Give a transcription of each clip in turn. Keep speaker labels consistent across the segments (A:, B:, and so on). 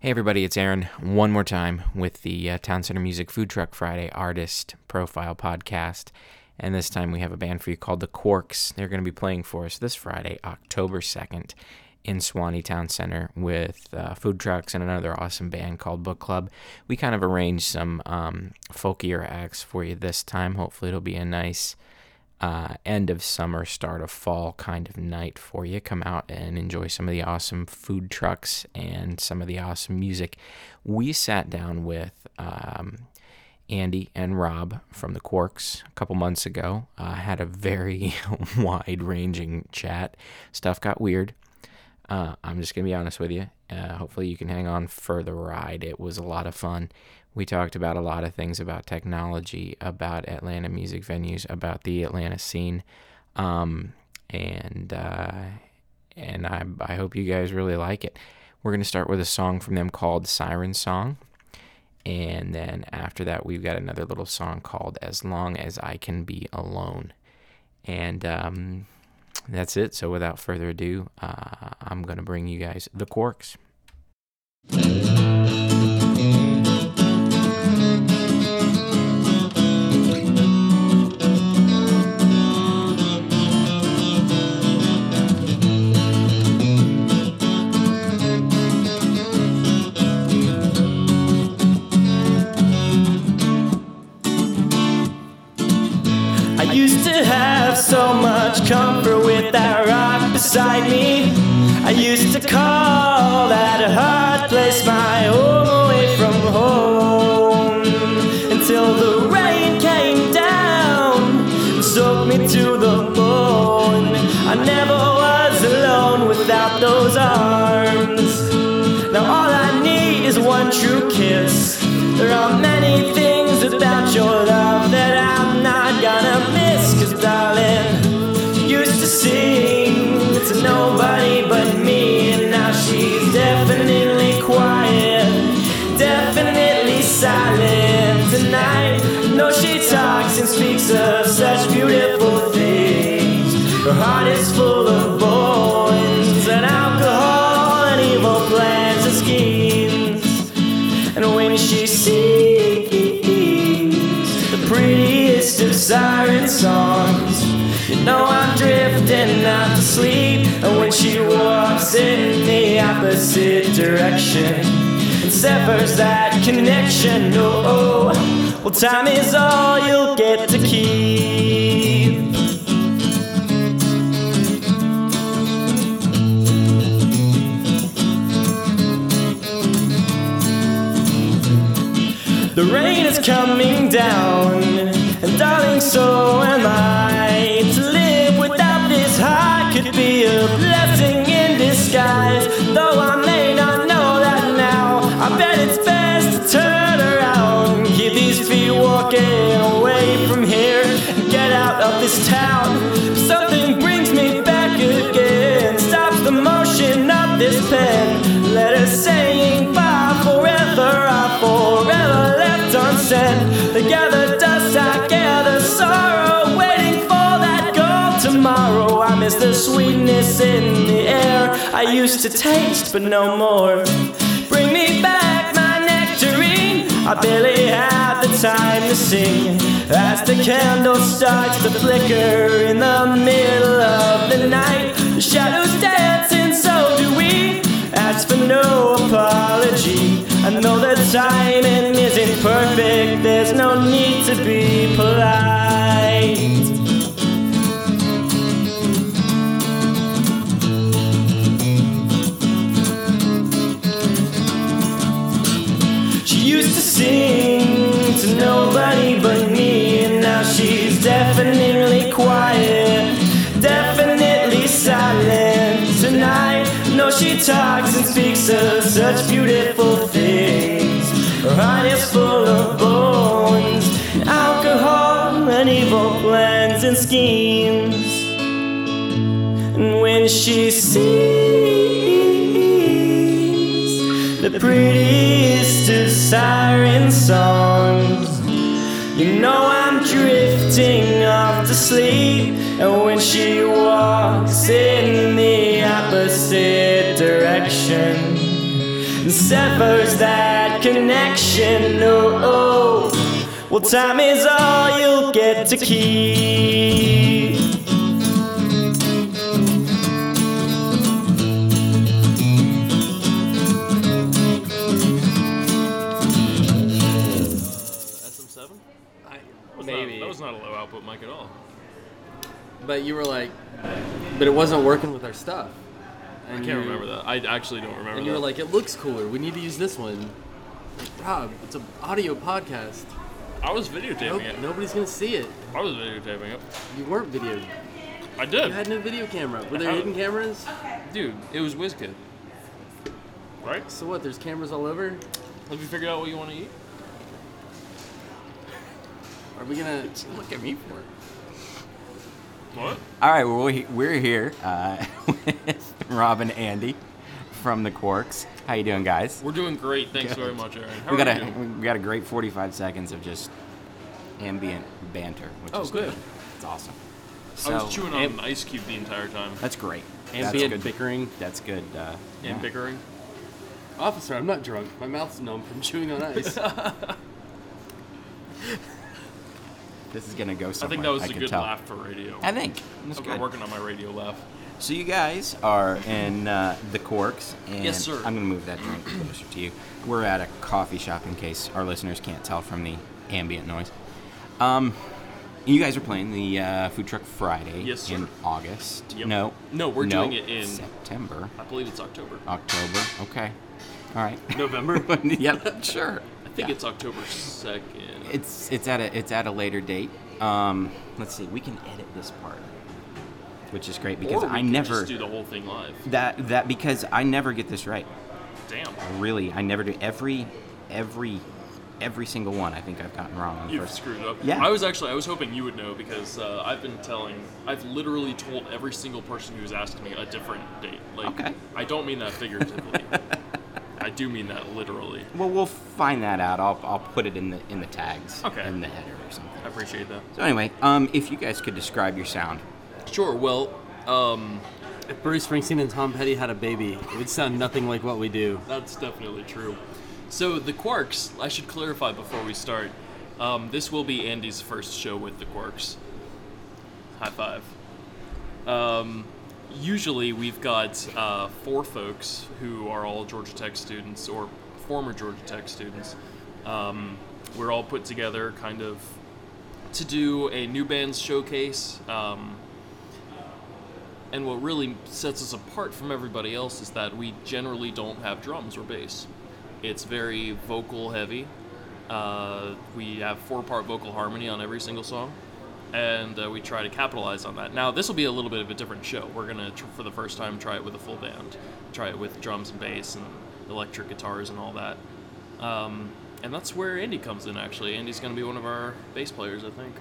A: Hey, everybody, it's Aaron one more time with the uh, Town Center Music Food Truck Friday Artist Profile Podcast. And this time we have a band for you called The Quarks. They're going to be playing for us this Friday, October 2nd, in Swanee Town Center with uh, food trucks and another awesome band called Book Club. We kind of arranged some um, folkier acts for you this time. Hopefully, it'll be a nice uh, end of summer, start of fall kind of night for you. Come out and enjoy some of the awesome food trucks and some of the awesome music. We sat down with um, Andy and Rob from the Quarks a couple months ago. Uh, had a very wide ranging chat. Stuff got weird. Uh, I'm just going to be honest with you. Uh, hopefully, you can hang on for the ride. It was a lot of fun. We talked about a lot of things about technology, about Atlanta music venues, about the Atlanta scene. Um, and uh, and I, I hope you guys really like it. We're going to start with a song from them called Siren Song. And then after that, we've got another little song called As Long as I Can Be Alone. And um, that's it. So without further ado, uh, I'm going to bring you guys the Quarks.
B: I used to have so much comfort with that rock beside me. I used to call that a hard place my home away from home. Until the rain came down, and soaked me to the bone. I never was alone without those arms. Now all I need is one true kiss. There are many things about your love that I'm not gonna miss. Cause darling, she used to sing to nobody but me. And now she's definitely quiet, definitely silent tonight. No, she talks and speaks of such beautiful things. Her heart is full of bones and alcohol and evil plans and schemes. And when she sings the prettiest of siren songs, you know I'm drifting off to sleep. And when she walks in the opposite direction and severs that connection, oh, oh well, time is all you'll get to keep. The rain is coming down, and darling, so am I. To live without this heart could be a blessing in disguise. Though I may not know that now, I bet it's best to turn around. Keep these feet walking away from here, and get out of this town. Something brings me back again. Stop the motion of this pen. Let us saying bye forever, I forever left unsaid. They gather dust, I gather sorrow, waiting for that gold tomorrow. I miss the sweetness in the air I used to taste, but no more. Bring me back my nectarine. I barely have the time to sing as the candle starts to flicker in the middle of the night. The shadows dance, and so do we. As for no apology, I know the timing isn't perfect. There's no need to be polite. She used to sing to nobody but me, and now she's definitely quiet, definitely silent tonight. No, she talks and speaks of such beautiful things. Her heart is full of bones, alcohol, and evil plans and schemes. And when she sings the prettiest of siren songs, you know I'm drifting off to sleep. And when she walks in the opposite direction, severs that connection. Oh, oh. well, time is all you'll get to keep.
C: SM7? That was
D: Maybe.
C: Not, that was not a low output mic at all.
D: But you were like, but it wasn't working with our stuff. And
C: I can't remember that. I actually don't remember
D: And you
C: that.
D: were like, it looks cooler. We need to use this one. Like, Rob, it's an audio podcast.
C: I was videotaping
D: Nope,
C: it.
D: nobody's gonna see it.
C: I was videotaping it.
D: You weren't video.
C: I did.
D: You had no video camera. Were there
C: How-
D: hidden cameras?
A: Dude, it was WizKid.
C: Right?
D: So what? There's cameras all over.
C: Have you figured out what you want to eat?
D: Are we gonna look at me for it?
C: What?
E: All right, well, we, we're here uh, with Rob and Andy from the Quarks. How you doing, guys?
C: We're doing great. Thanks very much, Aaron. How
E: We got
C: are you
E: a
C: doing?
E: we got a great 45 seconds of just ambient banter, which
D: Oh,
E: is
D: good.
E: It's awesome. So
C: I was chewing on an ice cube the entire time.
E: that's great.
D: Ambient
E: that's good.
D: bickering.
E: That's good. Uh, yeah.
C: And bickering.
D: Officer, I'm not drunk. My mouth's numb from chewing on ice.
E: This is gonna go
C: I
E: somewhere.
C: think that was a
E: can
C: good
E: tell.
C: laugh for radio.
E: I think. That's
C: I've
E: good.
C: been working on my radio laugh.
E: So you guys are in uh, the Corks, and
C: Yes, sir.
E: I'm gonna move that drink closer to you. We're at a coffee shop in case our listeners can't tell from the ambient noise. Um, you guys are playing the uh, food truck Friday
C: Yes, sir.
E: in August.
C: Yep.
E: No,
C: No, we're doing it in-
E: September,
C: I believe it's October.
E: October. Okay, all right.
C: November?
E: yep, sure.
C: I think it's October 2nd.
E: It's it's at a it's at a later date. Um, let's see. We can edit this part, which is great because
C: or we
E: I
C: could
E: never
C: just do the whole thing live.
E: that that because I never get this right.
C: Damn.
E: Really, I never do. Every every every single one I think I've gotten wrong on the
C: You've
E: first.
C: screwed up.
E: Yeah.
C: I was actually, I was hoping you would know because uh, I've been telling, I've literally told every single person who's asked me a different date. Like,
E: Okay.
C: I don't mean that figuratively. I do mean that literally.
E: Well, we'll find that out. I'll, I'll put it in the in the tags
C: Okay.
E: in the header or something.
C: I appreciate that.
E: So anyway, um, if you guys could describe your sound,
C: Sure. Well, um,
D: if Bruce Springsteen and Tom Petty had a baby, it would sound nothing like what we do.
C: that's definitely true. So the Quarks, I should clarify before we start. Um, this will be Andy's first show with the Quarks. High five. Um, usually we've got uh, four folks who are all Georgia Tech students or former Georgia Tech students. Um, we're all put together kind of to do a new bands showcase. Um, and what really sets us apart from everybody else is that we generally don't have drums or bass. It's very vocal heavy. Uh, we have four part vocal harmony on every single song, and uh, we try to capitalize on that. Now, this will be a little bit of a different show. We're going to, tr- for the first time, try it with a full band, try it with drums and bass and electric guitars and all that. Um, and that's where Andy comes in, actually. Andy's going to be one of our bass players, I think.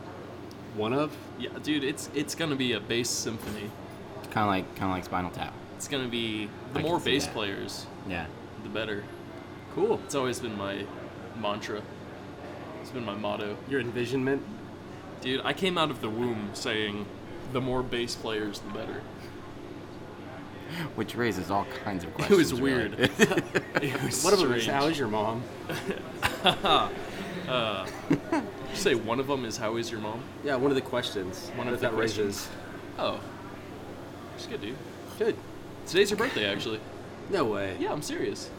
D: One of?
C: Yeah, dude, it's, it's going to be a bass symphony.
E: kind of like kind of like Spinal Tap.
C: It's gonna be the
E: I
C: more
E: can see
C: bass
E: that.
C: players,
E: Yeah.
C: the better.
D: Cool.
C: It's always been my mantra. It's been my motto,
D: Your envisionment?
C: dude. I came out of the womb saying, "The more bass players, the better."
E: Which raises all kinds of
C: It
E: questions.
C: was
E: really.
C: weird. It was
D: What about
C: strange.
D: How is your mom?
C: Did you say one of them is how is your mom?
D: Yeah, one of the questions.
C: One of
D: that
C: the
D: raises.
C: Oh, it's good, dude.
D: Good.
C: Today's your birthday, actually.
D: No way.
C: Yeah, I'm serious.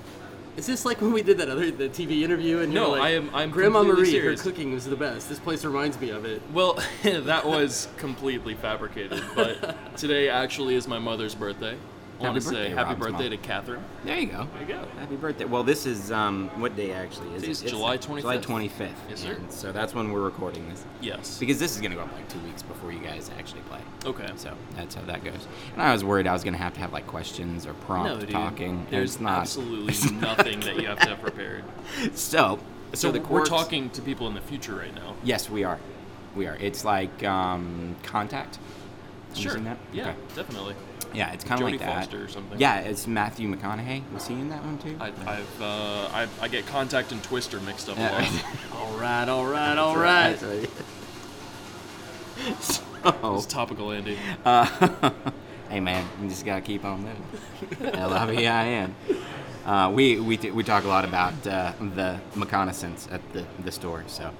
D: Is this like when we did that other the TV interview and you
C: No,
D: were like,
C: I am- I'm
D: Grandma
C: completely
D: Marie,
C: serious.
D: her cooking was the best. This place reminds me of it.
C: Well, that was completely fabricated, but today actually is my mother's birthday. I want
E: Happy
C: to say
E: birthday,
C: happy
E: Rob's mom.
C: birthday to Catherine.
E: There you go.
C: There you go.
E: Happy birthday. Well, this is um, what day actually is
C: Today's
E: it? It's
C: July
E: July
C: 25th.
E: 25th.
C: Yes, sir.
E: And so that's when we're recording this.
C: Yes.
E: Because this is going to go up like two weeks before you guys actually play.
C: Okay.
E: So that's how that goes. And I was worried I was going to have to have like questions or prompt talking.
C: There's
E: It's not.
C: absolutely nothing that you have to have prepared.
E: So,
C: So,
E: so the
C: we're
E: quarks-
C: talking to people in the future right now.
E: Yes, we are. We are. It's like um, contact. You
C: Sure.
E: seen that?
C: Yeah,
E: Okay.
C: definitely.
E: Yeah, it's kind of
C: Jodie
E: like that.
C: Foster or something.
E: Yeah, it's Matthew McConaughey. Was he in that one too?
C: I, I've uh, I, I get contact and twister mixed up a
E: Yeah.
C: lot.
D: All right, all right, all right.
C: It's topical, Andy.
E: Uh, Hey man, you just gotta keep on living. L I V I N. Uh, we, we, t- we talk a lot about uh, the reconnaissance at the, the store, so.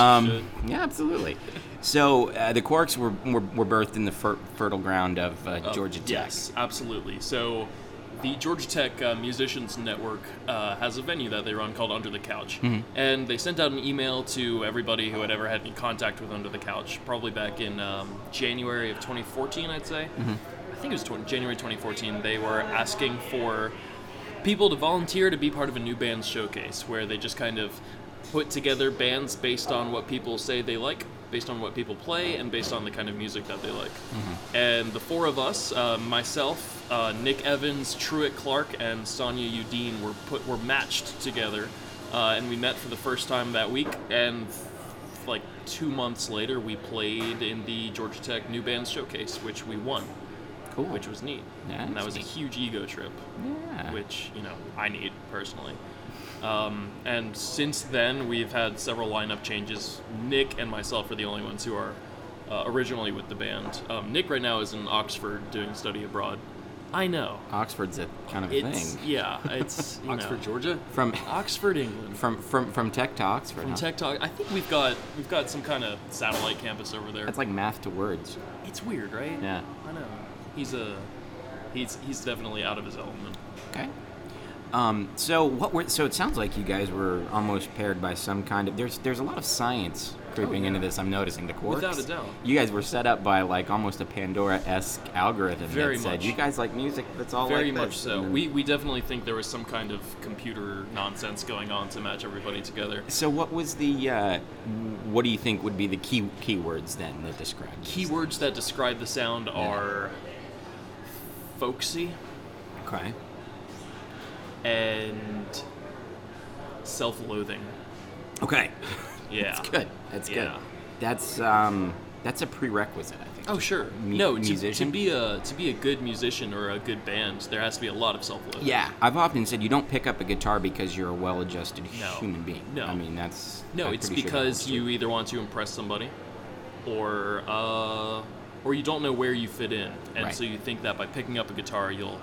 E: Um, yeah, absolutely. So uh, the Quarks were, were, were birthed in the fer- fertile ground of uh, Georgia Tech.
C: Yes, absolutely. So, the Georgia Tech uh, Musicians Network uh, has a venue that they run called Under the Couch,
E: Mm-hmm.
C: and they sent out an email to everybody who had ever had any contact with Under the Couch, probably back in um, January of 2014, I'd say.
E: Mm-hmm.
C: I think it was 20, January 2014. They were asking for people to volunteer to be part of a new band showcase where they just kind of put together bands based on what people say they like based on what people play and based on the kind of music that they like
E: Mm-hmm.
C: and the four of us uh, myself uh, nick evans truett clark and sonia udine were put were matched together uh, and we met for the first time that week and like two months later we played in the georgia tech new band showcase which we won
E: Cool.
C: which was neat
E: Yeah,
C: and that
E: that's
C: was a
E: neat.
C: huge ego trip
E: yeah.
C: which you know I need personally. Um, and since then, we've had several lineup changes. Nick and myself are the only ones who are uh, originally with the band. Um, Nick right now is in Oxford doing study abroad. I know.
E: Oxford's a kind of a
C: It's
E: thing.
C: yeah. It's you
D: Oxford,
C: know,
D: Georgia.
E: From
C: Oxford, England.
E: from uh, from from tech to Oxford.
C: From
E: huh?
C: Tech Talk, I think we've got we've got some kind of satellite campus over there.
E: That's like math to words.
C: it's weird, right?
E: Yeah.
C: I know. He's a he's he's definitely out of his element.
E: Okay. Um, so what were so it sounds like you guys were almost paired by some kind of there's there's a lot of science creeping into this. I'm noticing the quarks.
C: Oh, Without a doubt.
E: You guys were set up by like almost a Pandora-esque algorithm
C: Very
E: that said
C: much.
E: you guys like music that's all
C: Very
E: like
C: much
E: this,"
C: so.
E: and then-
C: We, we definitely think there was some kind of computer nonsense going on to match everybody together.
E: So what was the uh, what do you think would be the key keywords then that describe this?
C: Keywords that describe the sound are folksy
E: Okay.
C: and self-loathing.
E: Okay.
C: Yeah.
E: That's good. That's good.
C: Yeah.
E: That's um that's a prerequisite I think.
C: Oh sure.
E: Mu-
C: no, to, to
E: musician?
C: be a to be a good musician or a good band, there has to be a lot of self-loathing.
E: Yeah, I've often said you don't pick up a guitar because you're a well-adjusted human being.
C: No.
E: I mean that's.
C: No,
E: I'm
C: it's
E: pretty sure that
C: because
E: holds
C: you
E: true.
C: either want to impress somebody, or uh, or you don't know where you fit in, and
E: Right.
C: so you think that by picking up a guitar you'll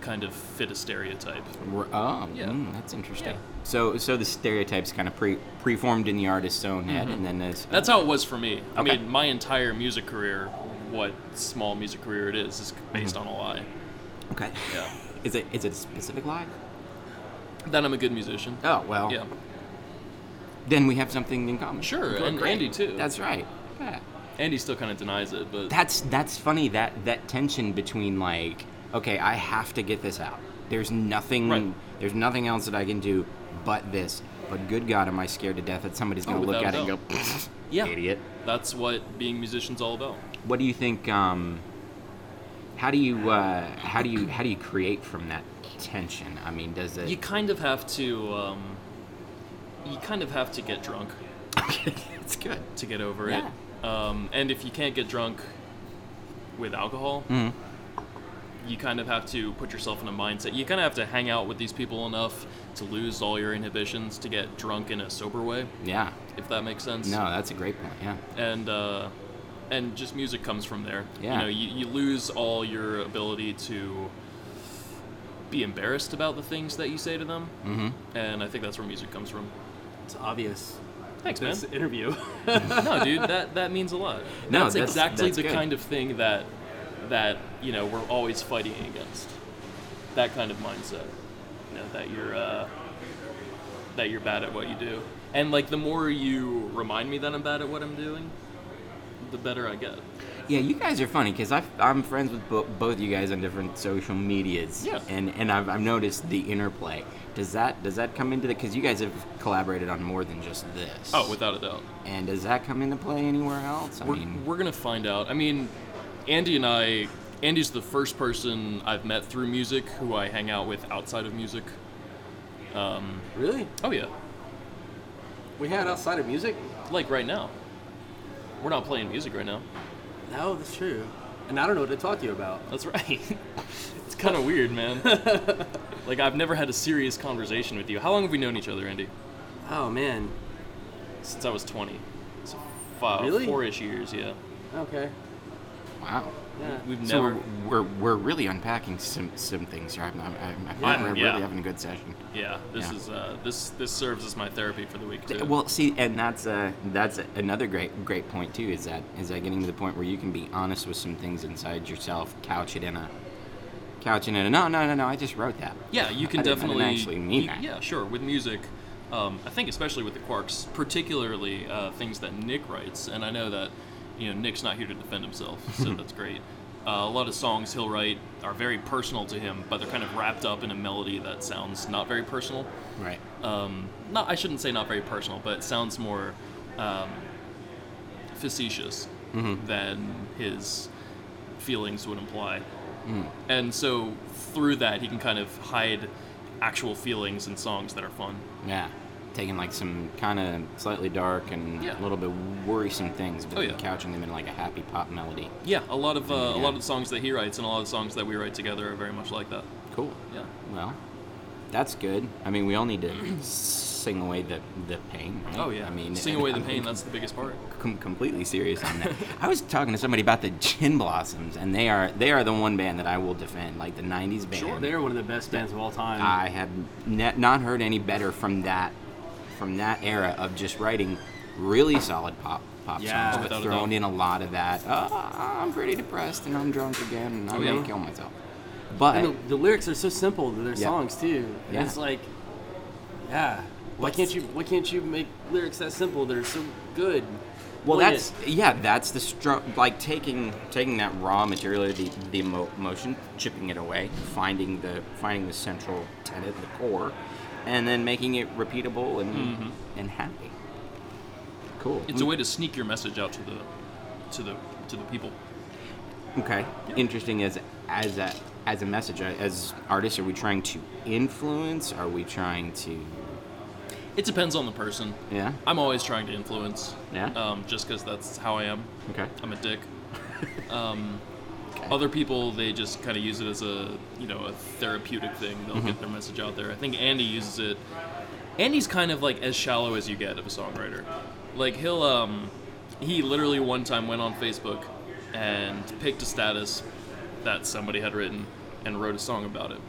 C: kind of fit a stereotype.
E: R- Oh,
C: Yeah.
E: mm, that's interesting.
C: Yeah.
E: So, so the stereotypes kind of pre preformed in the artist's own head,
C: Mm-hmm.
E: and then there's
C: That's how it was for me. I
E: Okay.
C: mean, my entire music career, what small music career it is, is
E: Mm-hmm.
C: based on a lie.
E: oh, okay.
C: Yeah,
E: Is it is it a specific lie?
C: that I'm a good musician.
E: Oh well.
C: Yeah,
E: Then we have something in common.
C: Sure,
E: Cool,
C: and
E: great.
C: Andy, too.
E: That's right. Yeah.
C: Andy still kind of denies it, but
E: That's that's funny that that tension between like okay I have to get this out. There's nothing
C: Right.
E: there's nothing else that I can do but this. But good God, am I scared to death that somebody's
C: Oh,
E: gonna look at
C: without
E: it
C: a
E: and go,
C: Yeah.
E: idiot.
C: that's what being musician's all about.
E: What do you think? Um, how do you uh, how do you how do you create from that tension? I mean, does it?
C: You kind of have to, um, you kind of have to get drunk.
E: it's good.
C: to get over
E: Yeah.
C: it. Um, and if you can't get drunk with alcohol,
E: Mm-hmm.
C: you kind of have to put yourself in a mindset. You kind of have to hang out with these people enough to lose all your inhibitions to get drunk in a sober way,
E: Yeah.
C: if that makes sense.
E: No, that's a great point. Yeah.
C: And uh, and just music comes from there.
E: Yeah.
C: You know, you, you lose all your ability to be embarrassed about the things that you say to them. Mm-hmm. And I think that's where music comes from.
D: It's obvious.
C: Thanks, man.
D: This interview.
C: no, dude, that that means a lot.
E: No,
C: that's,
E: that's-
C: exactly
E: that's
C: the
E: good.
C: kind of thing that that you know we're always fighting against. That kind of mindset. You know, that you're uh, that you're bad at what you do, and like the more you remind me that I'm bad at what I'm doing, the better I get.
E: Yeah, you guys are funny because I'm friends with bo- both you guys on different social medias.
C: Yeah.
E: And and I've, I've noticed the interplay. Does that does that come into the? Because you guys have collaborated on more than just this.
C: Oh, without a doubt.
E: And does that come into play anywhere else? I
C: We're,
E: mean,
C: we're gonna find out. I mean, Andy and I. Andy's the first person I've met through music who I hang out with outside of music.
D: really?
C: Oh yeah,
D: We had outside of music?
C: like right now. We're not playing music right now.
D: No, that's true. And I don't know what to talk to you about.
C: That's right. it's kind of weird, man. like I've never had a serious conversation with you. How long have we known each other, Andy?
D: Oh man.
C: Since I was 20. So five,
D: Really?
C: four-ish years, yeah.
D: Okay.
E: wow.
C: We've
E: So
C: never.
E: we're, we're we're really unpacking some some things here. I'm, I'm, I'm, I feel
C: I'm-
E: like we're
C: yeah.
E: really having a good session.
C: yeah, this
E: Yeah.
C: is uh, this this serves as my therapy for the week too.
E: Well, see, and that's uh, that's another great great point too. Is that is that getting to the point where you can be honest with some things inside yourself, couch it in a couch it in a no no no no. I just wrote that.
C: Yeah, you can
E: I didn't- I didn't
C: definitely
E: actually mean
C: you-
E: that.
C: Yeah, sure. With music, um, I think especially with the Quarks, particularly uh, things that Nick writes, and I know that you know Nick's not here to defend himself, so that's great. Uh, a lot of songs he'll write are very personal to him, but they're kind of wrapped up in a melody that sounds not very personal.
E: Right.
C: Um, not, I shouldn't say not very personal, but it sounds more um, facetious
E: Mm-hmm.
C: than his feelings would imply.
E: Mm.
C: And so through that, he can kind of hide actual feelings in songs that are fun.
E: Yeah. Taking like some kind of slightly dark and
C: Yeah.
E: a little bit worrisome things, but
C: Oh,
E: then
C: yeah.
E: couching them in like a happy pop melody.
C: Yeah, a lot of uh, a
E: Yeah.
C: lot of the songs that he writes and a lot of the songs that we write together are very much like that.
E: Cool.
C: Yeah.
E: Well, that's good. I mean, we all need to sing away the the pain. Right?
C: Oh yeah.
E: I mean,
C: sing away the
E: I'm
C: pain. That's the biggest part.
E: com- completely serious on that. I was talking to somebody about the Gin Blossoms, and they are they are the one band that I will defend, like the '90s band.
D: Sure, they're one of the best bands of all time.
E: I have ne- not heard any better from that from that era of just writing really solid pop pop
D: Yeah,
E: songs,
C: without
E: but
C: a
E: thrown
C: doubt.
E: in a lot of that. "Ah, I'm pretty depressed and I'm drunk again and I'm
C: Oh, yeah.
E: gonna kill myself. But
D: and the, the lyrics are so simple to their
E: Yeah.
D: songs too. And
E: Yeah.
D: It's like, yeah. Why can't you? Why can't you make lyrics that simple that are so good?
E: Well,
D: Wing
E: that's yeah, that's the str- like taking taking that raw material, the the emo- emotion, chipping it away, finding the finding the central tenet, the core, and then making it repeatable and and happy. Mm-hmm. Cool.
C: It's a way to sneak your message out to the to the to the people.
E: okay. Interesting as as a as a message as artists, are we trying to influence? Are we trying to
C: It depends on the person.
E: yeah?
C: I'm always trying to influence.
E: Yeah?
C: Um, just because that's how I am.
E: Okay.
C: I'm a dick. Um, Other people, they just kind of use it as a you know a therapeutic thing. They'll get their message out there. I think Andy uses it. Andy's kind of like as shallow as you get of a songwriter. Like he'll um, he literally one time went on Facebook and picked a status that somebody had written and wrote a song about it.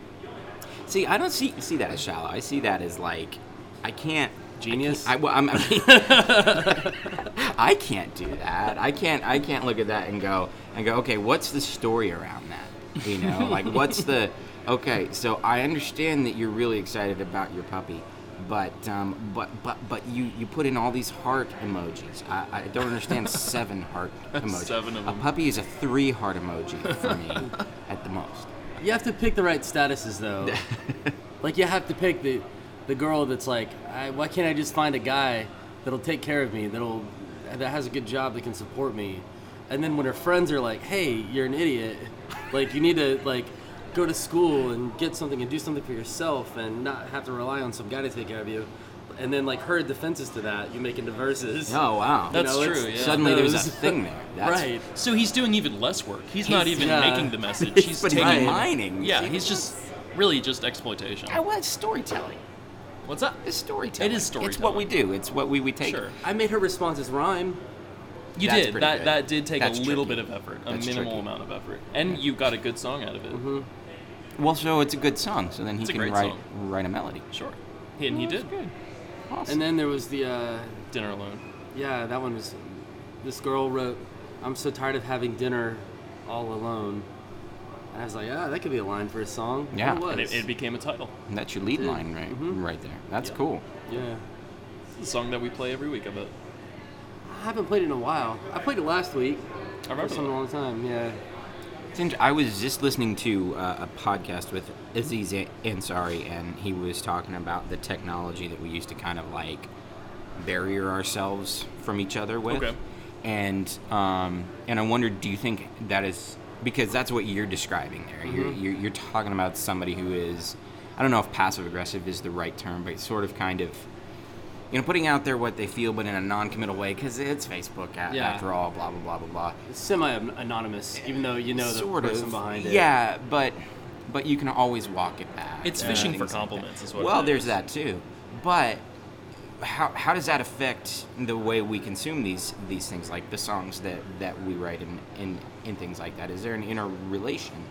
E: See, I don't see see that as shallow. I see that as like, I can't
D: Genius.
E: I, well, I'm, I, mean, I can't do that. I can't. I can't look at that and go and go. Okay, what's the story around that? You know, like what's the? Okay, so I understand that you're really excited about your puppy, but um, but but but you you put in all these heart emojis. I, I don't understand seven heart emojis.
C: Seven of
E: a
C: them.
E: puppy is a three heart emoji for me at the most.
D: You have to pick the right statuses though. like you have to pick the the girl that's like, I, why can't I just find a guy that'll take care of me, that'll that has a good job that can support me. And then when her friends are like, "Hey, you're an idiot. Like you need to like go to school and get something and do something for yourself and not have to rely on some guy to take care of you." And then like her defenses to that, you make into verses.
E: Oh wow!
C: That's
D: know, it's-
C: true. Yeah.
E: Suddenly there's
D: those-
E: a thing there. That's,
D: right.
C: So he's doing even less work. He's, not
D: He's-
C: even
D: yeah.
C: making the message. He's
E: But he's
C: taking.
D: Right.
E: mining.
C: Yeah,
E: See,
C: he's just really just exploitation.
E: I was storytelling.
C: What's up?
E: It's storytelling.
C: It is
E: It's what we
C: storytelling.
E: do. It's what we, we take.
C: Sure.
D: I made her responses rhyme.
C: You
E: That's
C: did.
E: pretty
C: That
E: good.
C: that did take
E: That's
C: a little
E: tricky.
C: bit of effort, a
E: That's
C: minimal
E: tricky. Mm-hmm.
C: amount of effort, and you got a good song out of it.
E: Well, so it's a good song. So then he
C: It's a
E: can
C: great
E: write
C: song.
E: write a melody.
C: Sure, and he did.
E: Awesome.
D: And then there was the uh,
C: Dinner alone.
D: Yeah, that one was. This girl wrote, "I'm so tired of having dinner all alone." And I was like, "Ah, that could be a line for a song." And
E: Yeah.
D: it was.
C: And it, it became a title.
E: And that's your lead line right right there. That's
C: Yeah.
E: cool.
D: yeah.
C: It's the song that we play every week. I bet.
D: I haven't played it in a while. I played it last week.
C: I remember
D: First time in a
C: that.
D: long time. Yeah.
E: It's int- I was just listening to uh, a podcast with Aziz A- Ansari, and he was talking about the technology that we used to kind of like barrier ourselves from each other with.
C: Okay.
E: And um, and I wondered, do you think that is because that's what you're describing there? You're, you're you're talking about somebody who is, I don't know if passive aggressive is the right term, but sort of kind of. You know, putting out there what they feel, but in a non-committal way, because it's Facebook a-
D: Yeah.
E: after all. Blah blah blah blah blah
D: It's semi-anonymous, even though you know the person behind it.
E: yeah, but but you can always walk it back.
C: It's
E: and
C: fishing for
E: things like that.
C: compliments is what
E: well,
C: it
E: there's
C: is.
E: that too, but how, how does that affect the way we consume these these things, like the songs that, that we write and, and, and things like that? Is there an interrelation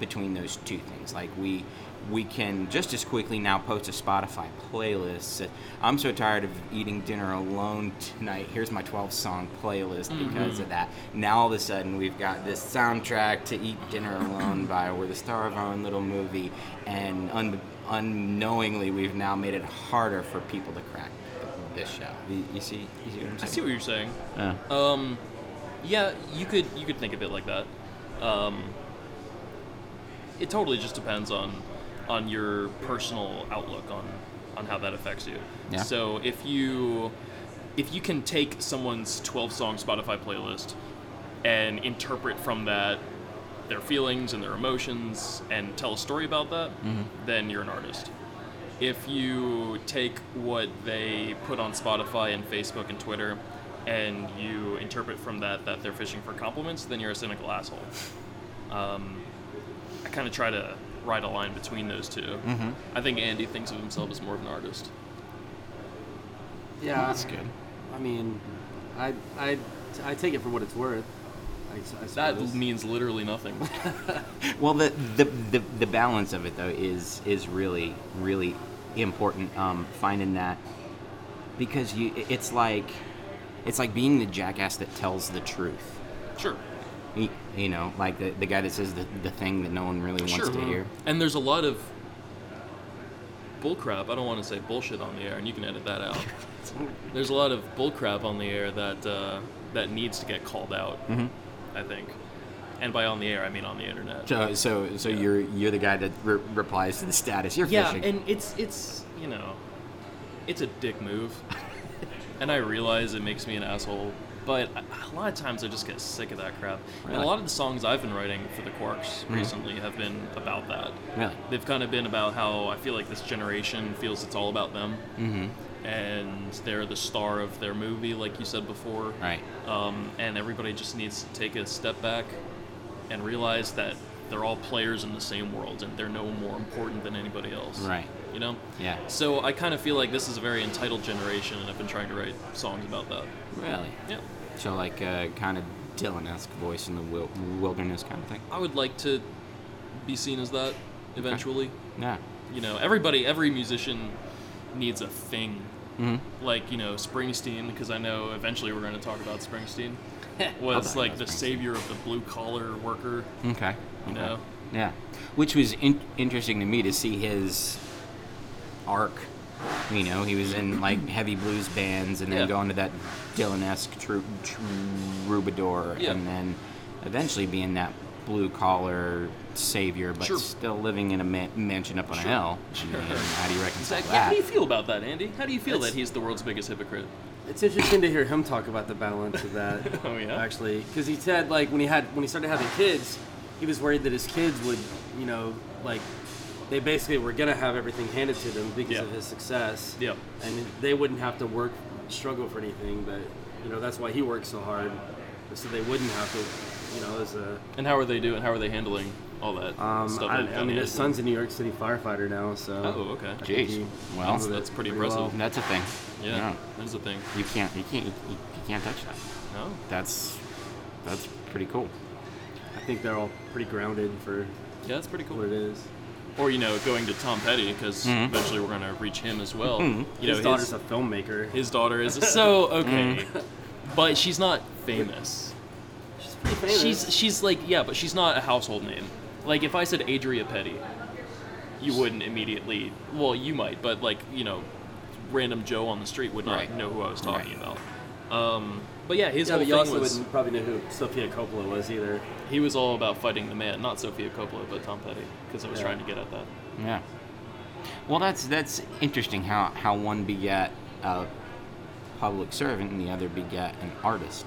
E: between those two things? Like we we can just as quickly now post a Spotify playlist. I'm so tired of eating dinner alone tonight. Here's my 12 song playlist because of that. Now all of a sudden we've got this soundtrack to Eat Dinner Alone by We're the Star of Our Own Little Movie, and un- unknowingly we've now made it harder for people to crack this show. You, you see, you see what I'm
C: I see
E: saying?
C: what you're saying.
E: Yeah.
C: Um, yeah, you could you could think of it like that. Um, it totally just depends on on your personal outlook on on how that affects you.
E: Yeah.
C: So if you if you can take someone's 12 song Spotify playlist and interpret from that their feelings and their emotions and tell a story about that,
E: Mm-hmm.
C: then you're an artist if you take what they put on Spotify and Facebook and Twitter and you interpret from that that they're fishing for compliments, then you're a cynical asshole. Um, I kind of try to ride a line between those 2 I think Andy thinks of himself as more of an artist.
D: Yeah,
E: That's good.
D: I mean, I, I, I take it for what it's worth. I, s- I
C: That
D: suppose.
C: means literally nothing.
E: Well, the, the the the balance of it though is is really really important. Um, finding that because you i- it's like it's like being the jackass that tells the truth.
C: sure.
E: You, you know, like the, the guy that says the, the thing that no one really wants
C: Sure.
E: to hear.
C: And there's a lot of bullcrap. I don't want to say bullshit on the air, and you can edit that out. there's a lot of bullcrap on the air that uh, that needs to get called out.
E: Mm-hmm.
C: I think, and by on the air, I mean on the internet.
E: So so so you're you're the guy that re- replies to the status. You're
C: Yeah,
E: fishing.
C: and it's it's you know, it's a dick move, and I realize it makes me an asshole. But a- a lot of times I just get sick of that crap. And
E: Really? Mm-hmm.
C: a lot of the songs I've been writing for the Quarks recently have been about that.
E: really.
C: They've kind of been about how I feel like this generation feels it's all about them, mm-hmm. and they're the star of their movie, like you said before.
E: Right.
C: Um, and everybody just needs to take a step back and realize that they're all players in the same world, and they're no more important than anybody else.
E: Right.
C: You know.
E: Yeah.
C: So I kind of feel like this is a very entitled generation, and I've been trying to write songs about that.
E: Really.
C: Yeah.
E: So like uh, kind of Dylan-esque voice in the wil- wilderness kind of thing.
C: I would like to be seen as that eventually.
E: Yeah.
C: you know everybody every musician needs a thing
E: Mhm.
D: Mm-hmm.
C: like you know springsteen because i know eventually we're going to talk about springsteen
E: I'll
C: was
E: talk
C: like
E: about
C: the
E: Springsteen.
C: savior of the blue collar worker
E: Okay.
C: You
D: Mm-hmm.
E: Okay.
C: know?
E: Yeah. Which was in- interesting to me to see his arc. You know, he was in like heavy blues bands and then
C: Yeah.
E: going to that Dylan esque tru- troubadour
C: Yeah.
E: and then eventually being that blue collar savior, but
C: Sure.
E: still living in a ma- mansion up on a hill. I mean,
C: Sure.
E: how do you
C: It's
E: reconcile
C: like, yeah, how do you
E: that?
C: feel about that andy how do you feel
D: That's-
C: that he's the world's biggest hypocrite
D: It's interesting to hear him talk about the balance of that.
C: Oh, yeah?
D: actually, because he said like when he had when he started having kids, he was worried that his kids would, you know, like they basically were gonna have everything handed to them because
C: Yeah.
D: of his success.
C: Yeah.
D: and they wouldn't have to work, struggle for anything. But you know that's why he worked so hard, so they wouldn't have to, you know, as a.
C: and how are they doing how are they handling all that
D: Um,
C: stuff
D: I,
C: they've
D: I
C: done
D: mean,
C: yet?
D: his son's a New York City firefighter now, so.
C: oh okay
D: I think he
E: Jeez. Well,
D: handled
C: that's
D: it
C: pretty impressive.
D: well.
E: that's a thing.
C: yeah,
E: No.
C: there's a thing Oh,
E: You can't. You can't. You, you you can't touch that.
C: no
E: That's that's pretty cool.
D: I think they're all pretty grounded for
C: yeah that's pretty
D: what
C: cool
D: it is. Mm-hmm.
C: or you know going to tom petty because eventually we're going to reach him as well you know
D: his daughter's a filmmaker.
C: his daughter is so okay
E: Mm-hmm.
C: but she's not famous
D: she's pretty famous.
C: She's she's like yeah, but she's not a household name. Like if I said Adria Petty, you wouldn't immediately. Well, you might, but like you know, random Joe on the street would not
E: Right.
C: know who I was talking
E: Right.
C: about. Um, but yeah, his
D: yeah, but you
C: whole
D: also
C: thing was
D: wouldn't probably know who Sofia Coppola was either.
C: he was all about fighting the man, not Sofia Coppola, but Tom Petty, because I was
D: Yeah.
C: trying to get at that.
E: Yeah. Well, that's that's interesting how how one begat a public servant and the other begat an artist.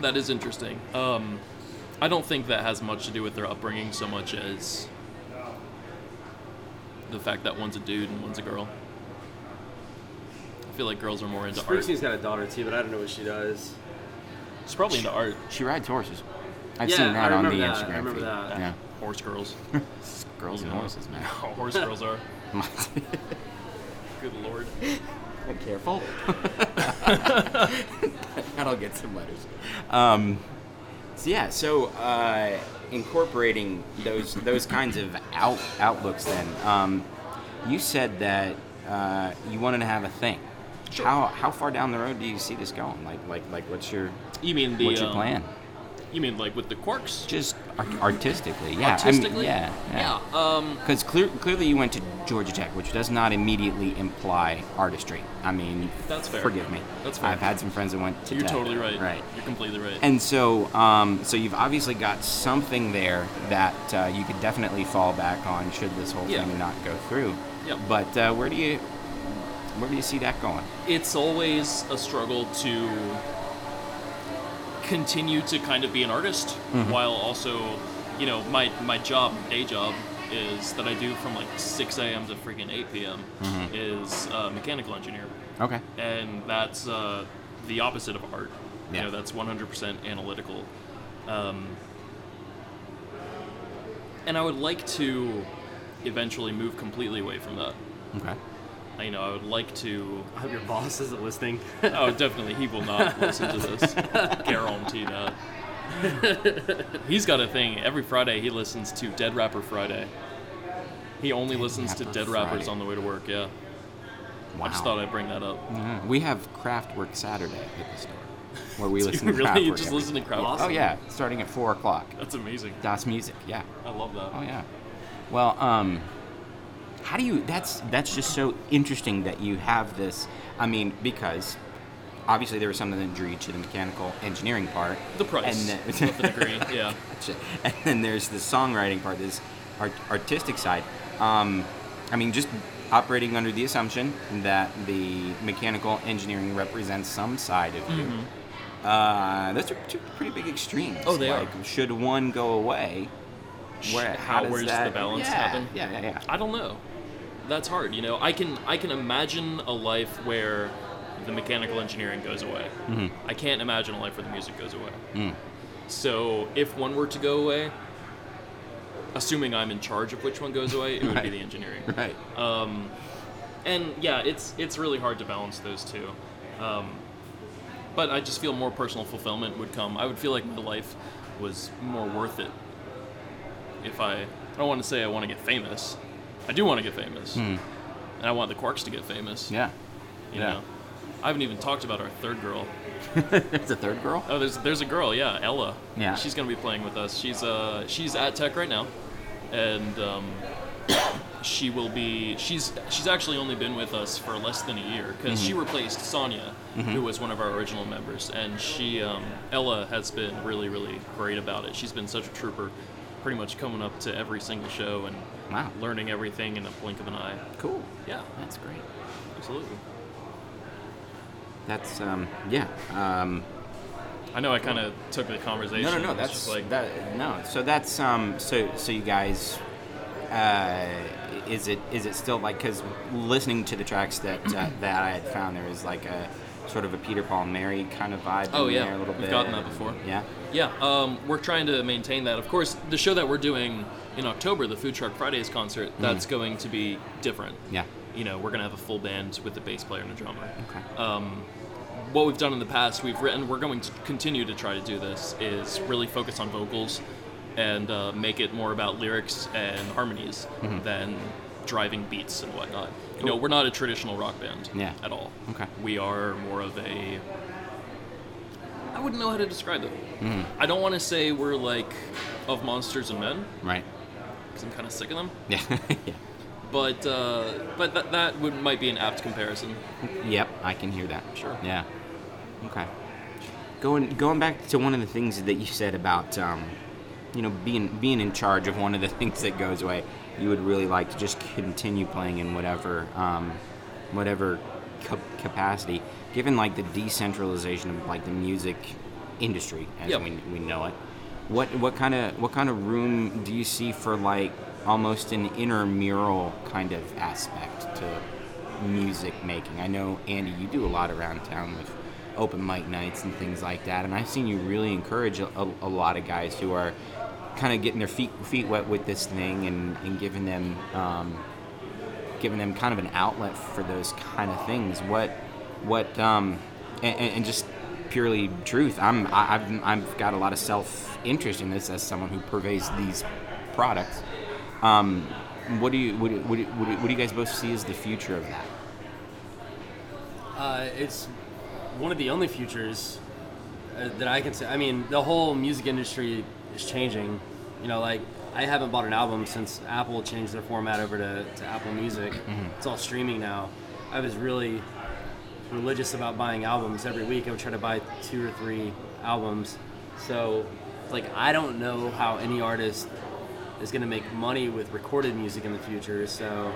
C: That is interesting. Um, I don't think that has much to do with their upbringing so much as the fact that one's a dude and one's a girl. I feel like girls are more into art.
D: Springsteen's got a daughter too, but I don't know what she does.
C: It's probably into art.
E: She rides horses. I've
D: Yeah,
E: seen that
D: I
E: on the
D: remember that. I
E: Instagram
D: remember
E: feed.
D: that.
E: Yeah,
C: Horse girls.
E: It's girls and
C: Yeah.
E: horses, man.
C: How horse girls are. Good lord.
E: Careful. and I'll get some letters. Um, so yeah, so uh, incorporating those those kinds of out, outlooks, then um, you said that uh, you wanted to have a thing.
C: Sure.
E: How how far down the road do you see this going? Like like like what's your
C: You mean the
E: what's your
C: um,
E: plan?
C: You mean like with the quarks?
E: Just ar- artistically, yeah. I mean,
C: Artistically?
E: yeah, yeah.
C: yeah. Um,
E: Because clear, clearly you went to Georgia Tech, which does not immediately imply artistry. I mean,
C: That's fair.
E: Forgive me.
C: That's fair.
E: I've had some friends that went to
C: you're
E: Tech.
C: totally right.
E: Right.
C: You're completely right.
E: And so, um, so you've obviously got something there that uh, you could definitely fall back on should this whole
C: Yeah.
E: thing not go through.
C: Yep.
E: But uh, where do you where do you see that going?
C: it's always a struggle to continue to kind of be an artist while also, you know, my my job, day job, is that I do from like 6 a.m. to freaking 8 p.m. is uh, mechanical engineer,
E: Okay.
C: and that's uh, the opposite of art.
E: Yeah.
C: You know, that's 100% analytical. Um, and I would like to eventually move completely away from that.
E: Okay.
C: You know, I would like to
D: I hope your boss isn't listening.
C: Oh, definitely. He will not listen to this. Guarantee that. He's got a thing. Every Friday, he listens to Dead Rapper Friday. He only listens to
E: Rapper
C: Dead Rappers
E: Friday.
C: on the way to work, yeah.
E: Wow.
C: I just thought I'd bring that up.
E: Yeah. We have Craftwork Saturday at the store, where we listen
C: you
E: to
C: really? You
E: Kraftwerk
C: just
E: every-
C: listen to Kraftwerk?
E: Oh yeah, starting at four o'clock.
C: That's amazing.
E: Das Music. Yeah.
C: I love that.
E: Oh yeah. Well, um, how do you? That's that's just so interesting that you have this. I mean, because obviously there was something that drew you to the mechanical engineering part.
C: The price.
E: And
C: of
E: then,
C: the degree, yeah.
E: Gotcha. And then there's the songwriting part, this art- artistic side. Um, I mean, just operating under the assumption that the mechanical engineering represents some side of you. Uh, those are two pretty big extremes.
C: Mm-hmm. Oh, they are.
E: like, Should one go away, where,
C: Sh-
E: how,
C: how-
E: does
C: where's the
E: that,
C: balance
E: yeah,
C: happen?
E: Yeah, yeah, yeah.
C: I don't know. That's hard, you know. I can I can imagine a life where the mechanical engineering goes away.
E: Mm-hmm.
C: I can't imagine a life where the music goes away.
E: Mm.
C: So if one were to go away, assuming I'm in charge of which one goes away, it would be
E: Right.
C: the engineering. Um,
E: Right.
C: And yeah, it's it's really hard to balance those two. Um, but I just feel more personal fulfillment would come. I would feel like my life was more worth it if I. I don't want to say I want to get famous. I do want to get famous, and I want the Quarks to get famous.
E: yeah.
C: you
E: yeah.
C: know. I haven't even talked about our third girl.
E: There's a third girl.
C: Oh, there's there's a girl, yeah, Ella.
E: Yeah.
C: She's gonna be playing with us. She's uh she's at Tech right now, and um, she will be. She's she's actually only been with us for less than a year because
E: Mm-hmm.
C: she replaced Sonia, who was one of our original members, and she um, Ella has been really really great about it. She's been such a trooper, pretty much coming up to every single show and
E: Wow.
C: learning everything in a blink of an eye.
E: Cool.
C: Yeah,
E: That's great.
C: absolutely.
E: That's um, yeah. Um,
C: I know I kind of took the conversation.
E: No, no, no.
C: It's
E: That's
C: just like
E: that. No. So that's um. So so you guys, uh, is it is it still like because listening to the tracks that uh, that I had found there is like a sort of a Peter Paul and Mary kind of vibe.
C: Oh,
E: in
C: yeah.
E: There a little
C: We've
E: bit.
C: gotten that before.
E: Yeah.
C: Yeah, um, we're trying to maintain that. Of course, the show that we're doing in October, the Food Truck Fridays concert, that's going to be different.
E: Mm. Yeah.
C: You know, we're going to have a full band with a bass player and a drummer.
E: Okay.
C: Um, what we've done in the past, we've written, we're going to continue to try to do this, is really focus on vocals and uh, make it more about lyrics and harmonies than driving beats and whatnot. You know,
E: Mm-hmm. Cool.
C: we're not a traditional rock band
E: Yeah.
C: at all.
E: Okay.
C: We are more of a I wouldn't know how to describe it.
E: Mm-hmm.
C: I don't want to say we're like of monsters and men
E: Right.
C: because I'm kind of sick of them.
E: Yeah. yeah.
C: But uh, but that that would might be an apt comparison.
E: Yep, I can hear that.
C: Sure.
E: Yeah. Okay. Going going back to one of the things that you said about um, you know being being in charge of one of the things that goes away, you would really like to just continue playing in whatever um, whatever ca- capacity. Given like the decentralization of like the music industry as
C: Yep.
E: we, we know it, what what kind of what kind of room do you see for like almost an intramural kind of aspect to music making. I know Andy, you do a lot around town with open mic nights and things like that, and I've seen you really encourage a, a, a lot of guys who are kind of getting their feet feet wet with this thing and, and giving them um, giving them kind of an outlet for those kind of things. What, what, um, and, and and just purely truth. I'm, I, I've, I've got a lot of self interest in this as someone who purveys these products. Um, what do you, what, do- what, do- what, do- what do you guys both see as the future of that?
D: Uh, it's one of the only futures uh, that I can say. I mean, the whole music industry is changing. You know, like I haven't bought an album since Apple changed their format over to, to Apple Music.
C: Mm-hmm.
D: It's all streaming now. I was really religious about buying albums every week. I would try to buy two or three albums. So, like, I don't know how any artist is going to make money with recorded music in the future. So,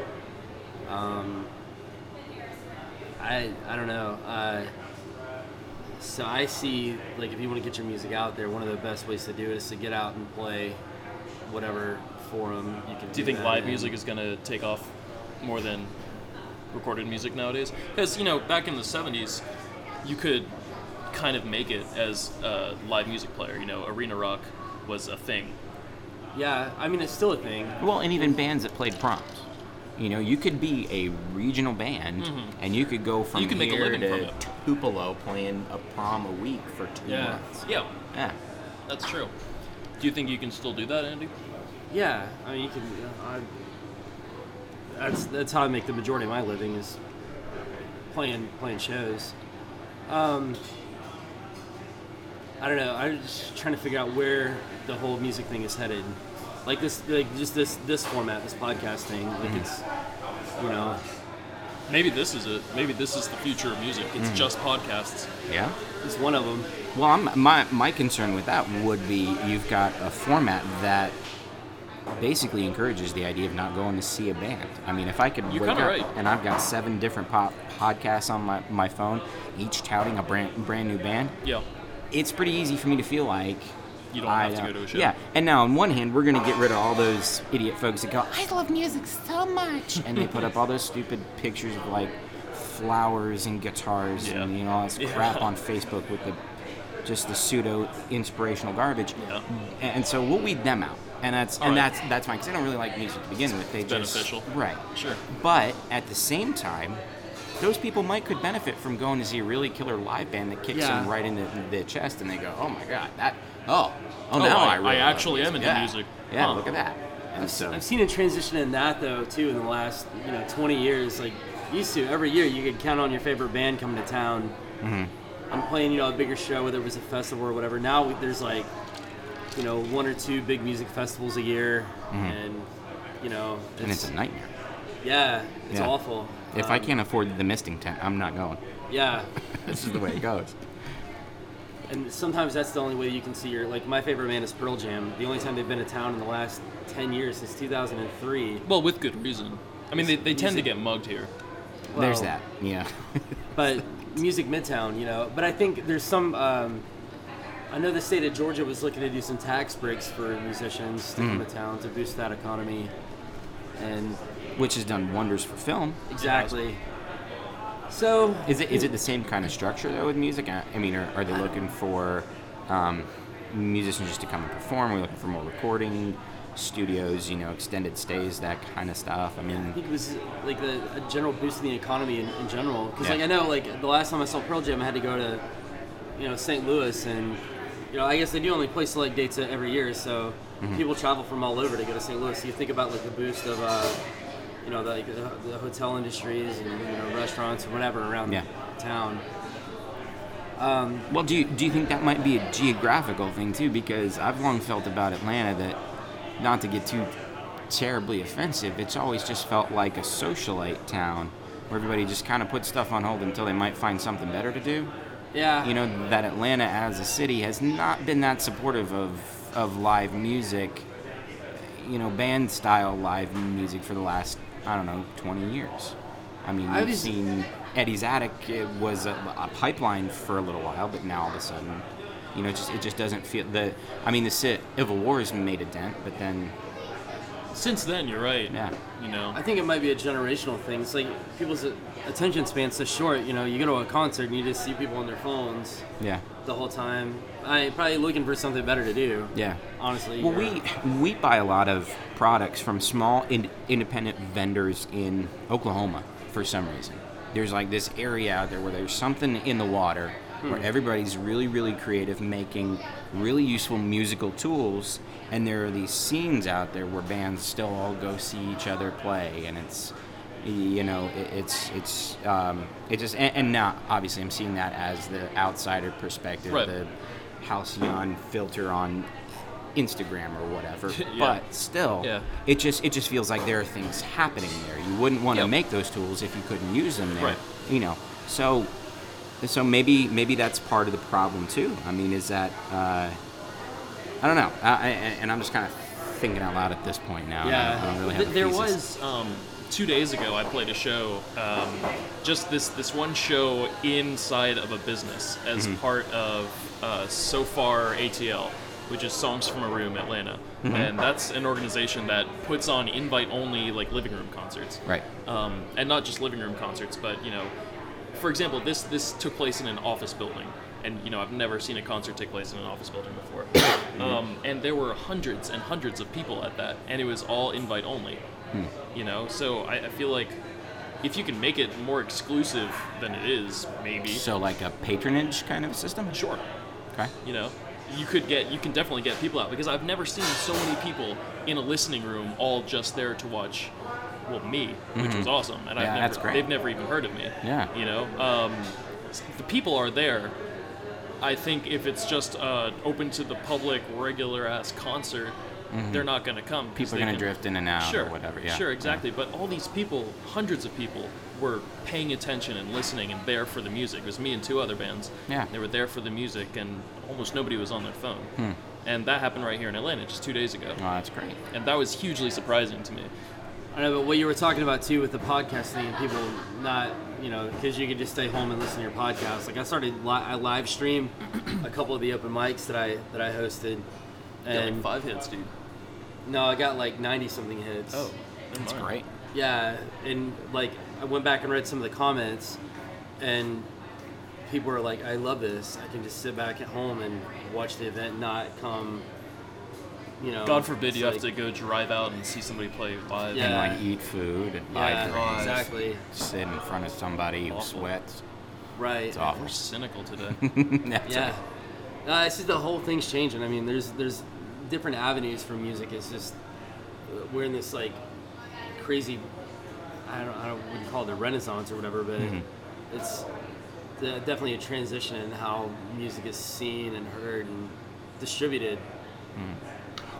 D: um, I I don't know. Uh, so I see like if you want to get your music out there, one of the best ways to do it is to get out and play whatever forum you can.
C: Do you think
D: that
C: live
D: in.
C: music is going to take off more than recorded music nowadays? Because, you know, back in the 70s, you could kind of make it as a live music player. You know, arena rock was a thing.
D: Yeah, I mean it's still a thing.
E: Well, and even bands that played prompts. You know, you could be a regional band, and Mm-hmm. you could go from
C: You can make a
E: here
C: living
E: to
C: from it.
E: Tupelo playing a prom a week for two
D: Yeah.
E: months.
C: Yeah,
E: Yeah.
C: that's true. Do you think you can still do that, Andy?
D: Yeah, I mean you can. uh, I, that's that's how I make the majority of my living is playing playing shows. Um, I don't know. I'm just trying to figure out where the whole music thing is headed. Like this, like just this this format, this podcast thing. Like it's, you know,
C: Maybe this is it. Maybe this is the future of music. It's just podcasts.
E: Yeah.
D: it's one of them.
E: Well, I'm, my my concern with that would be you've got a format that basically encourages the idea of not going to see a band. I mean, if I could
C: You're
E: wake up
C: kinda right.
E: and I've got seven different pop podcasts on my, my phone, each touting a brand brand new band,
C: Yeah.
E: it's pretty easy for me to feel like
C: You don't
E: I
C: have to
E: don't-
C: go to a show.
E: Yeah, and now on one hand, we're gonna get rid of all those idiot folks that go, "I love music so much," and they put up all those stupid pictures of like flowers and guitars
C: Yeah.
E: and you know all this
C: Yeah.
E: crap on Facebook with the just the pseudo inspirational garbage.
C: Yeah.
E: And, and so we'll weed them out, and that's
C: All
E: and
C: right.
E: that's that's fine because I don't really like music to begin with. They just
C: beneficial.
E: right.
C: Sure.
E: But at the same time, those people might could benefit from going to see a really killer live band that kicks
D: Yeah.
E: them right in the, the chest, and they go, "Oh my god, that! Oh, oh,
C: Oh,
E: now
C: I-
E: I, really
C: I
E: love
C: actually am into
E: yeah.
C: music.
E: Yeah,
C: Huh.
E: look at that." And so,
D: I've seen a transition in that though too in the last you know 20 years. Like used to every year you could count on your favorite band coming to town.
E: Mm-hmm.
D: I'm playing you know a bigger show whether it was a festival or whatever. Now we, there's like you know one or two big music festivals a year, and you know it's,
E: Mm-hmm. and it's a nightmare.
D: yeah it's
E: Yeah.
D: awful.
E: If I
D: Um,
E: can't afford the misting tent, I'm not going.
D: yeah,
E: This is the way it goes.
D: and sometimes that's the only way you can see your like my favorite band is Pearl Jam. The only time they've been to town in the last 10 years since 2003.
C: Well, with good reason. I mean, they, they tend to get mugged here.
E: There's
D: Well,
E: that. Yeah.
D: but music midtown you know but i think there's some um, i know the state of georgia was looking to do some tax breaks for musicians to come to town to boost that economy and
E: Which has done wonders for film.
D: exactly so
E: Is it is it the same kind of structure though with music? I, I mean, are, are they looking for um, musicians just to come and perform? Are we looking for more recording studios? You know, extended stays, that kind of stuff. I
D: I
E: mean,
D: think it was like the, a general boost in the economy in, in general. Because
E: Yeah.
D: like I know, like the last time I saw Pearl Jam, I had to go to, you know, St. Louis, and you know, I guess they do only play select dates every year, so
E: Mm-hmm.
D: people travel from all over to go to St. Louis. So you think about like the boost of, uh, you know, the, like, the, the hotel industries and you know restaurants and whatever around
E: Yeah.
D: town.
E: well, do you do you think that might be a geographical thing too? Because I've long felt about Atlanta that, not to get too terribly offensive, it's always just felt like a socialite town where everybody just kind of puts stuff on hold until they might find something better to do.
D: Yeah.
E: you know that Atlanta as a city has not been that supportive of of live music, you know, band style live music for the last I don't know 20 years. I mean,
D: I
E: we've
D: was-
E: seen Eddie's Attic it was a, a pipeline for a little while, but now all of a sudden, you know, it just it just doesn't feel the. I mean, the Civil War has made a dent, but then
C: Since then, you're right.
E: Yeah.
C: You know.
D: I think it might be a generational thing. It's like people's attention span's so short. You know, you go to a concert and you just see people on their phones
E: Yeah.
D: the whole time. I probably looking for something better to do.
E: Yeah.
D: Honestly.
E: Well,
D: you're
E: we
D: right.
E: we buy a lot of products from small in, independent vendors in Oklahoma for some reason. There's like this area out there where there's something in the water where everybody's really really creative making really useful musical tools and there are these scenes out there where bands still all go see each other play and it's you know it, it's it's um, it just and, and now obviously I'm seeing that as the outsider perspective
C: Right.
E: the halcyon filter on Instagram or whatever.
C: Yeah.
E: But still,
C: Yeah.
E: it just it just feels like there are things happening there. You wouldn't want to
C: Yep.
E: make those tools if you couldn't use them there.
C: Right.
E: You know, so so maybe maybe that's part of the problem too. I mean, is that uh, I don't know, I, I, and I'm just kind of thinking out loud at this point now.
D: Yeah.
E: I don't really have
C: Th-
E: a
C: there
E: thesis.
C: was um, two days ago. I played a show, um, just this this one show inside of a business as part of uh, So Far ATL, which is Songs from a Room Atlanta, and that's an organization that puts on invite only like living room concerts
E: right.
C: um, and not just living room concerts, but you know, for example, this this took place in an office building, and you know I've never seen a concert take place in an office building before, um, and there were hundreds and hundreds of people at that, and it was all invite only, you know. So I, I feel like if you can make it more exclusive than it is, maybe
E: So like a patronage kind of a system.
C: sure,
E: Okay.
C: you know. You could get, you can definitely get people out because I've never seen so many people in a listening room all just there to watch, well, me, which was awesome, and I've
E: Mm-hmm. Yeah,
C: never,
E: that's great.
C: they've never even heard of me.
E: Yeah.
C: you know, um, s- the people are there. I think if it's just uh, open to the public, regular ass concert, they're not going to come. 'cause
E: Mm-hmm. People are
C: they
E: gonna
C: can-
E: drift in and out
C: sure,
E: or whatever. Yeah.
C: Sure, exactly. But all these people, hundreds of people, were paying attention and listening and there for the music. It was me and two other bands.
E: Yeah.
C: They were there for the music, and almost nobody was on their phone.
E: Hmm.
C: And that happened right here in Atlanta just two days ago.
E: Yeah. Oh, that's great.
C: And that was hugely surprising to me.
D: I know, but what you were talking about too with the podcast thing and people not, you know, because you could just stay home and listen to your podcast. Like I started, li- I live stream a couple of the open mics that I that I hosted,
C: Got
D: and
C: like five hits, dude.
D: no, I got like ninety something hits.
C: Oh, that's
E: Great.
D: Yeah, and like I went back and read some of the comments, and people were like, "I love this. I can just sit back at home and watch the event, not come." You know,
C: God forbid
D: it's
C: you have to
D: like-
C: go drive out and see somebody play live.
D: Yeah.
E: And like eat food and buy
D: Yeah,
E: drinks,
D: exactly.
E: sit in front of somebody who
C: Awful.
E: sweats.
D: Right.
E: It's awful.
C: We're cynical today.
E: That's
D: Yeah. Uh, it's just the whole thing's changing. I mean, there's there's different avenues for music. It's just uh, we're in this like crazy. I don't I don't wouldn't call it a renaissance or whatever, but
E: Mm-hmm.
D: it's de- definitely a transition in how music is seen and heard and distributed.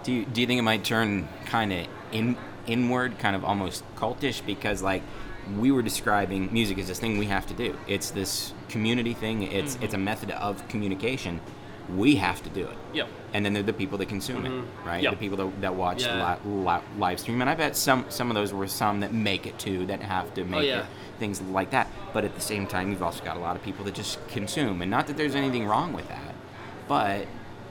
E: Do you, do you think it might turn kind of in inward, kind of almost cultish? Because like we were describing, music is this thing we have to do. It's this community thing. It's it's a method of communication. We have to do it.
C: Yeah.
E: And then they're the people that consume it, right?
C: Yeah.
E: The people that, that watch
D: Yeah.
E: the li- li- live stream. And I bet some some of those were some that make it too, that have
C: Oh,
E: to make
D: yeah.
E: it, things like that. But at the same time, you've also got a lot of people that just consume. And not that there's anything wrong with that, but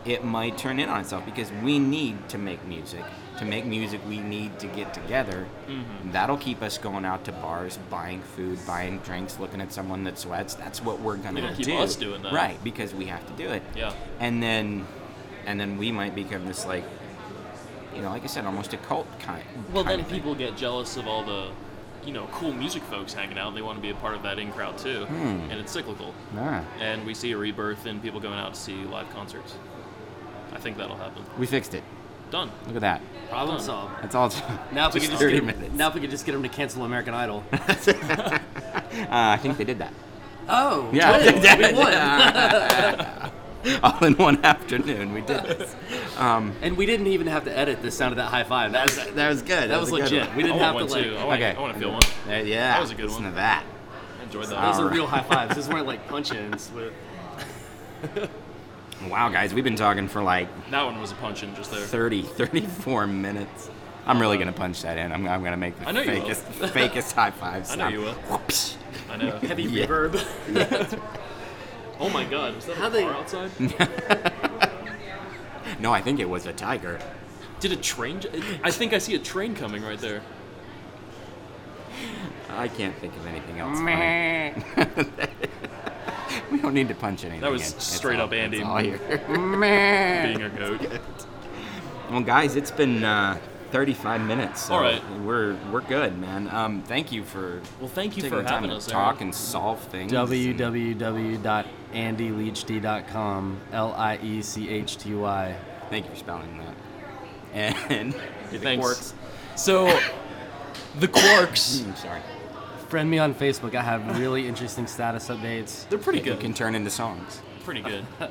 E: it might turn in on itself because we need to make music. To make music, we need to get together.
C: Mm-hmm.
E: That'll keep us going out to bars, buying food, buying drinks, looking at someone that sweats. That's what we're gonna
C: It'll keep
E: do.
C: us doing that.
E: Right, because we have to do it
C: Yeah.
E: and then and then we might become this like you know like i said almost a cult kind
C: Well,
E: kind
C: then
E: of thing.
C: people get jealous of all the, you know, cool music folks hanging out. They want to be a part of that in crowd too,
E: Hmm.
C: and it's cyclical.
E: Ah.
C: And we see a rebirth in people going out to see live concerts. I think that'll happen.
E: we fixed it
C: Done.
E: look at that
D: Problem
C: Done.
D: solved.
E: that's all
D: Now if we
E: Hmm. Just
D: could just
E: 30
D: get 'em-
E: minutes.
D: now if we could just get them to cancel American Idol.
E: uh, i think they did that
D: Oh,
E: Yeah.
D: good. we won,
E: all in one afternoon we did this
D: and we didn't even have to edit the sound of that high five. That was that,
E: that was good that,
D: was
E: a good
D: legit.
E: one.
D: We didn't
C: I
D: have to
C: want
D: like.
C: one too. I want,
E: okay
C: I want to feel one.
E: There- yeah
C: That was a good
E: listen
C: one.
E: to that
C: I enjoyed that.
D: Those
E: All
D: are
E: right.
D: real high fives. These weren't like punch ins.
E: wow guys we've been talking for like
C: That one was a punch in just there.
E: 30 34 minutes i'm really gonna punch that in i'm, I'm gonna make the
C: I know you will.
E: fakest, fakest high five
C: I
E: sound.
C: know you will. I know.
D: Heavy
E: Yeah.
D: reverb.
C: Oh my God! Was that
D: How
C: a
D: they-
C: car outside?
E: no i think it was a tiger
C: Did a train? j- I think I see a train coming right there.
E: I can't think of anything else. funny. we don't need to punch anything.
C: That was
E: in. That's
C: straight
E: all-
C: up Andy.
E: That's all here.
C: Being a goat.
E: Well, guys, it's been uh, 35 minutes. So
C: All right.
E: we're we're good, man. Um, thank you for
C: Well, thank you
E: taking
C: for
E: the time
C: having
E: to
C: us.
E: talk
C: Aaron.
E: and solve things. and-
D: www.andyleachty.com. L I E C H T Y.
E: Thank you for spelling that. And the
C: Thanks.
E: quarks.
C: So, the quarks.
E: I'm sorry.
D: Friend me on Facebook. I have really interesting status updates.
C: They're pretty
E: You
C: good.
E: can turn into songs.
C: Pretty good.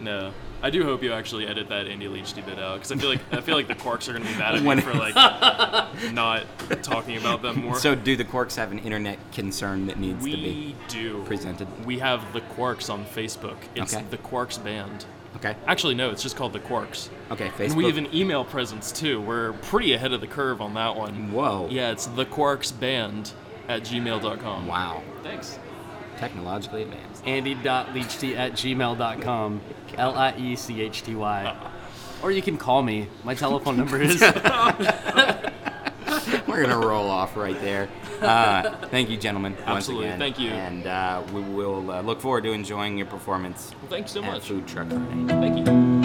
C: No, I do hope you actually edit that Andy Leachy bit out because I feel like I feel like the quarks are gonna be mad at
E: When-
C: me for like not talking about them more.
E: So, do the quarks have an internet concern that needs to
C: we
E: be
C: do.
E: presented?
C: We have the quarks on Facebook. It's
E: Okay.
C: the Quarks Band.
E: Okay.
C: Actually, no, it's just called the Quarks.
E: Okay. Facebook.
C: And we have an email presence too. We're pretty ahead of the curve on that one.
E: Whoa.
C: Yeah, it's the Quarks Band at gmail.com.
E: Wow.
C: Thanks.
E: Technologically advanced.
D: Andy.leachty at gmail.com. L I E C H T Y. Or you can call me. My telephone number is.
E: We're gonna roll off right there. Uh, thank you, gentlemen. once
C: Absolutely,
E: again.
C: thank you.
E: And uh, we will uh, look forward to enjoying your performance
C: Well, thanks so
E: at
C: much.
E: Food Truck Friday.
C: Thank you.